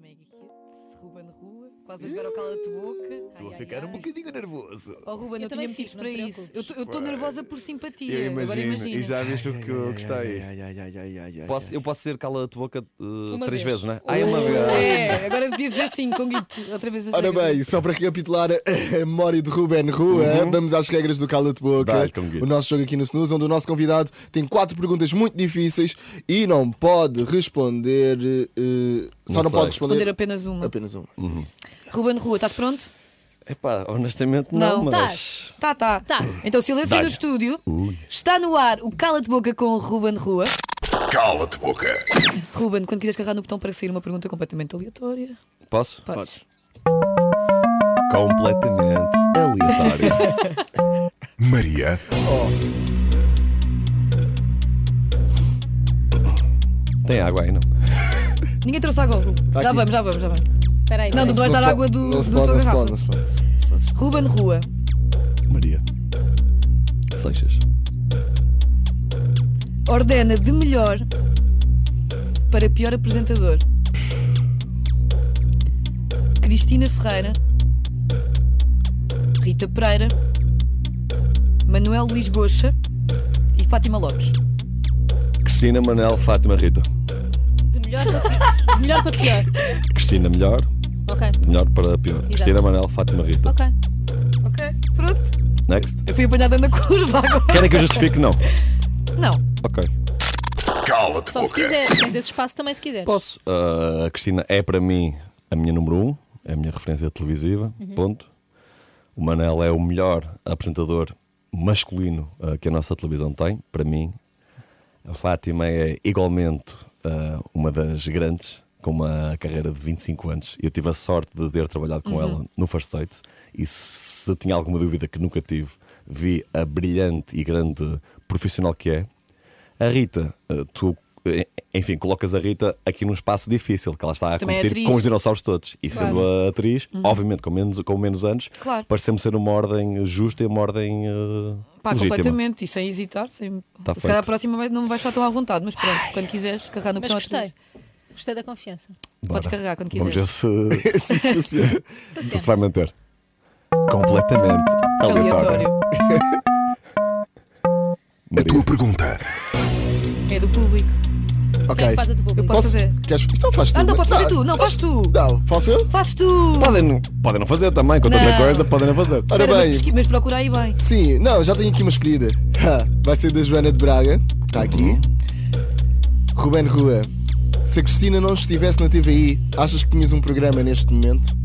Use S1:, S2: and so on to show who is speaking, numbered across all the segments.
S1: Mega Hits, Ruben Rua, quase a jogar ao cala-te boca.
S2: Estou
S1: Ai,
S2: a
S1: ai,
S2: ficar um
S1: ai.
S2: bocadinho nervoso.
S1: Oh, Ruben, eu,
S3: Eu também
S1: tinha motivos
S3: fico, não
S1: para
S3: te
S1: isso. Eu
S3: preocupes.
S1: tô- Eu estou nervosa por simpatia.
S4: Eu imagino,
S1: é, Agora imagina.
S4: e já viste o que eu
S2: Ai,
S4: gostei.
S2: ai, ai, ai, ai, ai, ai,
S4: Posso,
S2: ai.
S4: eu posso ser cala a tua boca uh,
S3: Uma
S4: três
S3: vez.
S4: vezes, não é? Ah, é uma vez.
S1: É, agora podias dizer assim, com guito, outra vez a
S2: Ora
S1: chegar.
S2: bem, só para recapitular a memória de Ruben Rua, vamos às regras do Cala de Boca.
S4: Dá-lhe com guito.
S2: O nosso jogo aqui no Snooze, onde o nosso convidado tem quatro perguntas muito difíceis e não pode responder. eh, só
S4: Não
S2: não
S4: sei.
S2: pode responder,
S1: Responder apenas uma.
S2: apenas uma.
S1: Ruben Rua, estás pronto?
S4: Epá, honestamente não,
S1: Não,
S4: mas.
S1: Tá, tá.
S3: Tá.
S1: Então, silêncio
S4: Dá-lhe.
S1: no estúdio. Está no ar o Cala-te Boca com o Ruben Rua.
S5: Cala-te boca.
S1: Ruben, quando quiseres carregar no botão para sair uma pergunta completamente aleatória,
S4: Posso?
S1: podes.
S4: Completamente aleatório.
S5: Maria.
S4: Oh. Tem água aí, não?
S1: Ninguém trouxe água, Ruben. já
S2: Tá aqui.
S1: vamos, já vamos, já vamos.
S3: Espera aí.
S1: Não, não vais
S2: Não
S3: espera
S1: dar
S2: se pode-
S1: água do,
S2: não se
S1: do
S2: pode,
S1: tua
S2: não se
S1: garrafa.
S2: pode, não se pode, não se pode.
S1: Ruben Rua,
S4: Maria. Seixas.
S1: ordena de melhor para pior apresentador. Cristina Ferreira, Rita Pereira, Manuel Luís Goxa e Fátima Lopes.
S4: Cristina, Manel, Fátima, Rita.
S3: aí. De melhor para, de melhor para pior.
S4: Cristina, melhor.
S3: Ok.
S4: Melhor para pior. Cristina, Manel, Fátima, Rita.
S3: Ok.
S1: Ok, pronto.
S4: Next.
S1: Eu fui apanhada na curva agora.
S4: Querem que eu justifique? Não.
S1: Não,
S4: Ok.
S5: Cala-te
S3: Só se quiser. Tens esse espaço também se quiser.
S4: Posso. Ah, a Cristina é para mim a minha número um, é a minha referência televisiva. Ponto. O Manel é o melhor apresentador masculino ah, que a nossa televisão tem, para mim. A Fátima é igualmente ah, uma das grandes, com uma carreira de 25 anos. Eu tive a sorte de ter trabalhado
S1: Uhum.
S4: com ela no First Date e se tinha alguma dúvida que nunca tive, vi a brilhante e grande profissional que é. A Rita, ah, tu. eh, Enfim, colocas a Rita aqui num espaço difícil, que ela está a
S1: Também é
S4: competir
S1: atriz. Uhum.
S4: com os dinossauros todos. E
S3: Claro.
S4: sendo a atriz, obviamente com menos, com menos anos,
S1: Claro.
S4: pareceu-me ser uma ordem justa e uma ordem eh,
S1: pá,
S4: legítima.
S1: completamente. E sem hesitar, sem.
S4: Tá
S1: Se calhar a
S4: feito.
S1: próxima vai- não vais estar tão à vontade, mas pronto, quando quiseres, carregar no
S3: Mas
S1: botão
S3: gostei.
S1: atriz.
S3: Gostei da confiança.
S4: Bora.
S1: Podes carregar quando
S4: Vamos ver
S1: quiseres.
S2: Sim,
S4: se,
S2: sim, sim.
S4: se se vai manter. Completamente aleatório.
S1: É Aleatório.
S5: A tua pergunta.
S1: É do público.
S2: Ok.
S3: Quem é que faz a tua
S1: Eu
S3: público?
S1: posso fazer.
S2: Queres... Então faz tu.
S1: Ah, não,
S2: mas-
S1: podes fazer tu. Não, faz tu.
S2: Não, faço eu?
S1: Fazes tu.
S4: Podem, podem não fazer também, com tanta
S1: Não.
S4: coisa, podem não fazer.
S2: Ora
S1: Espera, mas
S2: bem.
S1: pesqui- Mas procura aí bem.
S2: Sim, não, já tenho aqui uma escolhida. Ha, Vai ser da Joana de Braga.
S4: Uhum.
S2: Está aqui. Ruben Rua. Se a Cristina não estivesse na TVI, achas que tinhas um programa neste momento?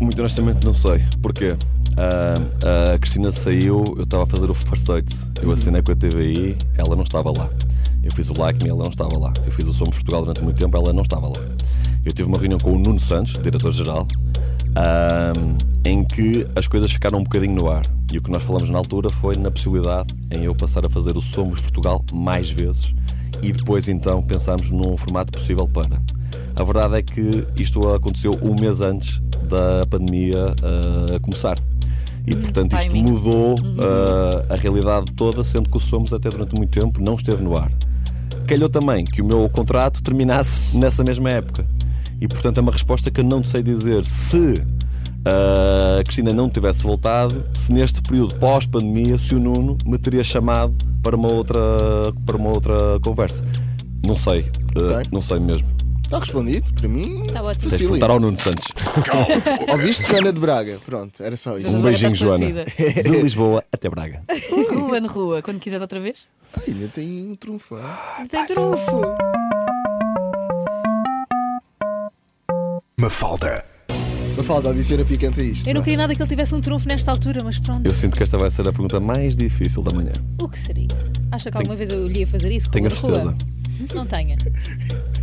S4: Muito honestamente não sei. Porquê? Ah, a Cristina saiu, eu estava a fazer o first date. Eu assinei com a TVI, ela não estava lá. Eu fiz o Like Me, ela não estava lá. Eu fiz o Somos Portugal durante muito tempo, ela não estava lá. Eu tive uma reunião com o Nuno Santos, diretor-geral, ah, em que as coisas ficaram um bocadinho no ar. E o que nós falamos na altura foi na possibilidade em eu passar a fazer o Somos Portugal mais vezes e depois então pensámos num formato possível para. A verdade é que isto aconteceu um mês antes da pandemia ah, começar. E, portanto, isto
S1: timing.
S4: mudou ah, a realidade toda, sendo que o Somos, até durante muito tempo, não esteve no ar. Calhou também que o meu contrato terminasse nessa mesma época. E, portanto, é uma resposta que eu não sei dizer se ah, a Cristina não tivesse voltado, se neste período pós-pandemia, se o Nuno me teria chamado para uma outra, para uma outra conversa. Não sei. ah,
S2: Ok.
S4: Não sei mesmo.
S2: Está Tá respondido, para mim.
S3: Tá ótimo.
S4: Tens de
S2: Facílimo.
S4: perguntar ao Nuno Santos.
S2: Ouviste Joana de Braga? Pronto, era só
S1: Mas
S2: isso.
S4: Um
S1: agora
S4: beijinho,
S1: estás
S4: Joana. De Lisboa até Braga.
S1: Rua na rua, quando quiseres outra vez.
S2: Ai, ainda tem um trunfo. ah.
S1: Tem trufo.
S5: Mafalda.
S2: Mafalda, a Odisseira picante a isto.
S3: Eu não queria nada que ele tivesse um trunfo nesta altura, mas pronto.
S4: Eu sinto que esta vai ser a pergunta mais difícil da manhã.
S3: O que seria? Acha que alguma vez eu lhe ia fazer isso?
S4: Tenho a
S3: Ruben Rua?
S4: certeza.
S3: Não tenha.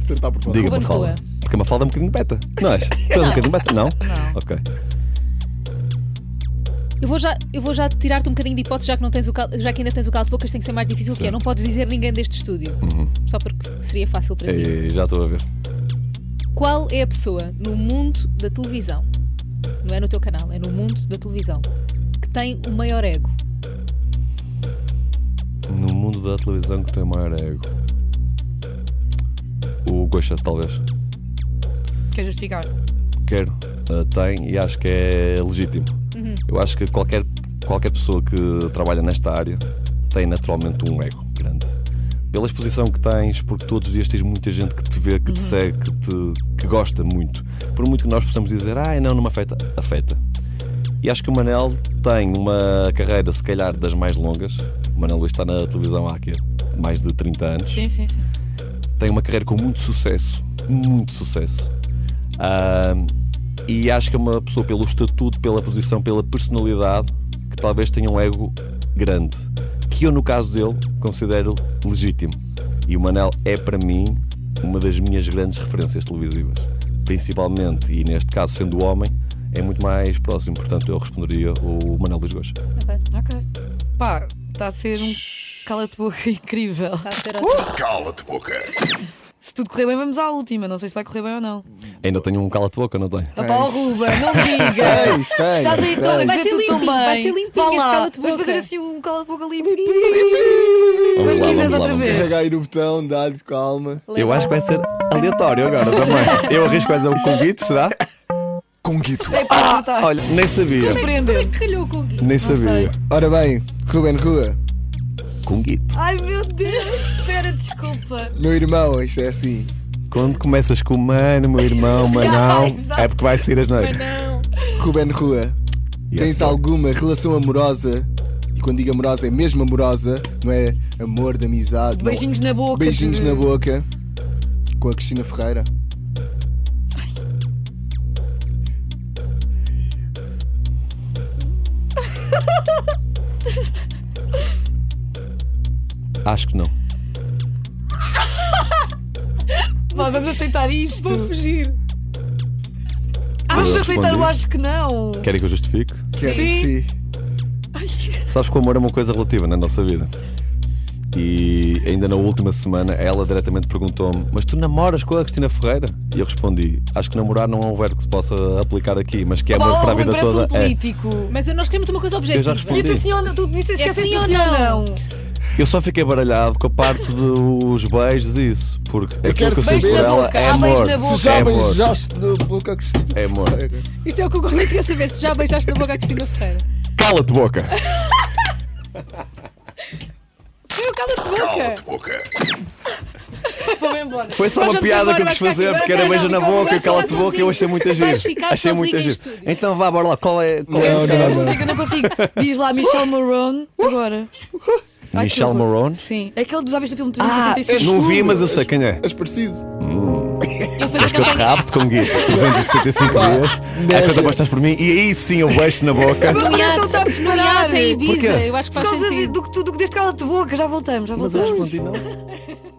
S2: Tratar por
S4: Diga,
S3: Ruben
S4: Mafalda.
S3: Rua.
S4: Porque a Mafalda é um bocadinho beta. Não és? Tu és um bocadinho beta? Não? Não. Ok.
S3: Eu vou já, eu vou já tirar-te um bocadinho de hipótese, já que, não tens o cal, já que ainda tens o calo de bocas, tem que ser mais difícil que é.
S4: Certo. Uhum.
S3: Não podes dizer ninguém deste estúdio. Só porque seria fácil para ti.
S4: E Eh, já estou a ver.
S3: Qual é a pessoa no mundo da televisão? Não é no teu canal, é no mundo da televisão. Que tem o maior ego.
S4: No mundo da televisão que tem maior ego. O Goxa, talvez.
S1: Quer justificar?
S4: Quero, uh, tem e acho que é legítimo. Eu acho que qualquer, qualquer pessoa que trabalha nesta área tem naturalmente um ego grande. Pela exposição que tens, porque todos os dias tens muita gente que te vê, que te segue, que, te, que gosta muito. Por muito que nós possamos dizer, ai não, não me afeta, afeta. E acho que o Manel tem uma carreira, se calhar, das mais longas. O Manel Luís está na televisão há quê? mais de 30 anos
S1: Sim, sim, sim.
S4: tem uma carreira com muito sucesso, muito sucesso. Ahm, e acho que é uma pessoa, pelo estatuto, pela posição, pela personalidade, que talvez tenha um ego grande, que eu, no caso dele, considero legítimo. E o Manel é, para mim, uma das minhas grandes referências televisivas. Principalmente, e neste caso, sendo homem, é muito mais próximo. Portanto, eu responderia o Manel Luís Gosta.
S3: Ok.
S1: Ok. Pá, está a ser um cala-te-boca incrível.
S3: Está Tá a ser
S5: Cala-te boca.
S1: Se tudo correr bem, vamos à última. Não sei se vai correr bem ou não.
S4: Ainda tenho um cala-te-boca, não tenho?
S1: Opa, ó, Ruben, não diga!
S2: Tens, tens.
S1: Estás aí tão a
S2: tens.
S3: Vai
S1: dizer
S3: ser
S1: tudo tão bem.
S3: limpinho, vai ser limpinho
S1: Vá
S3: este
S1: lá.
S3: cala-te-boca.
S1: Vamos fazer assim um cala-te-boca limpo.
S4: Vamos
S1: Quando
S4: lá,
S1: quiseres
S4: vamos lá,
S1: outra
S4: vamos lá.
S1: vez.
S2: Carrega aí no botão, dá-lhe calma.
S4: Eu acho que vai ser aleatório agora também. Eu arrisco mais um convite, será?
S5: Conguito.
S4: Ah, Olha, nem sabia.
S3: Como é
S1: Surpreendem.
S3: que calhou com o Gui?
S4: Nem
S1: sabia.
S4: sabia.
S2: Ora bem, Ruben Rua,
S4: Com guito.
S1: Ai meu Deus, espera, desculpa.
S2: meu irmão, isto é assim.
S4: Quando começas com mano, meu irmão, manão,
S1: exato.
S4: é porque vai sair as
S3: Mas
S4: noites.
S3: não.
S2: Ruben Rua,
S4: Yes,
S2: tens
S4: sir.
S2: alguma relação amorosa? E quando digo amorosa, é mesmo amorosa, não é amor de amizade. não-
S1: Beijinhos na boca.
S2: Beijinhos
S1: de-
S2: na boca com a Cristina Ferreira.
S4: Acho que não.
S1: Vá, vamos aceitar isto.
S3: Vou fugir.
S1: Vamos
S4: Eu
S1: aceitar o
S4: respondi.
S1: acho que não.
S4: Querem que eu justifique?
S2: Quero
S1: Sim.
S2: sim.
S4: Sabes que o amor é uma coisa relativa na nossa vida. E ainda na última semana, ela diretamente perguntou-me: Mas tu namoras com a Cristina Ferreira? E eu respondi: Acho que namorar não é um verbo que se possa aplicar aqui, mas que é amor
S1: Pá,
S4: para a
S1: Ruben,
S4: vida
S1: parece
S4: toda.
S1: um
S4: é.
S1: político.
S3: Mas nós queremos uma coisa objetiva.
S4: respondi.
S1: Disse assim ou não? Tu disseste que
S3: É
S1: sim
S3: sim
S1: ou
S3: ou
S1: não?
S4: Eu só fiquei baralhado com a parte dos beijos e isso, porque aquilo
S2: quero
S4: que eu
S2: saber-
S4: sinto por
S2: Beijo na
S4: ela
S1: boca,
S4: é
S1: há beijo
S4: amor.
S1: na boca.
S2: Se
S4: É
S2: já
S4: amor.
S2: beijaste na boca a Cristina
S4: É amor.
S2: Ferreira.
S3: Isto é o que o Google queria saber. Se já beijaste na boca a Cristina Ferreira.
S4: Cala-te, boca!
S3: Foi o cala-te-boca.
S5: Cala-te boca.
S3: Vou embora.
S4: Foi só
S3: Nós
S4: uma
S3: vamos
S4: piada
S3: embora,
S4: que eu
S3: vai
S4: quis
S3: ficar aqui.
S4: fazer,
S3: Vai
S4: porque era
S3: ficar
S4: beijo na
S3: sozinho,
S4: boca e
S3: vai
S4: cala-te
S3: ficar
S4: boca, eu achei
S3: sozinho.
S4: muita
S3: Vais
S4: giro.
S3: ficar
S4: Achei muita
S3: sozinho em
S4: giro.
S3: estúdio.
S4: Então vá, bora lá, qual é, qual é
S2: Não, não,
S4: a
S1: Eu
S4: segunda?
S1: não consigo, eu não consigo. Diz lá Michel Marone agora. Ai, que
S4: Michel
S1: horror.
S4: Marone?
S1: Sim. É aquele dos aves do filme
S4: Ah,
S1: 365.
S4: não vi,
S2: tu,
S4: mas eu sei quem é.
S2: És parecido.
S3: Eu fiz a
S4: Que eu te
S3: campanha.
S4: rapto com guito 365 dias. É
S2: merda.
S4: quando apostas por mim e aí sim eu beijo na boca.
S1: Meu coração está a
S3: No
S1: disparar.
S3: iate em Ibiza.
S4: Porquê?
S3: Eu acho que
S1: Por
S3: faz
S1: causa de-
S3: sentido.
S1: do que tu do que deste cala-te-boca. Já voltamos, já voltamos.
S4: respondi não.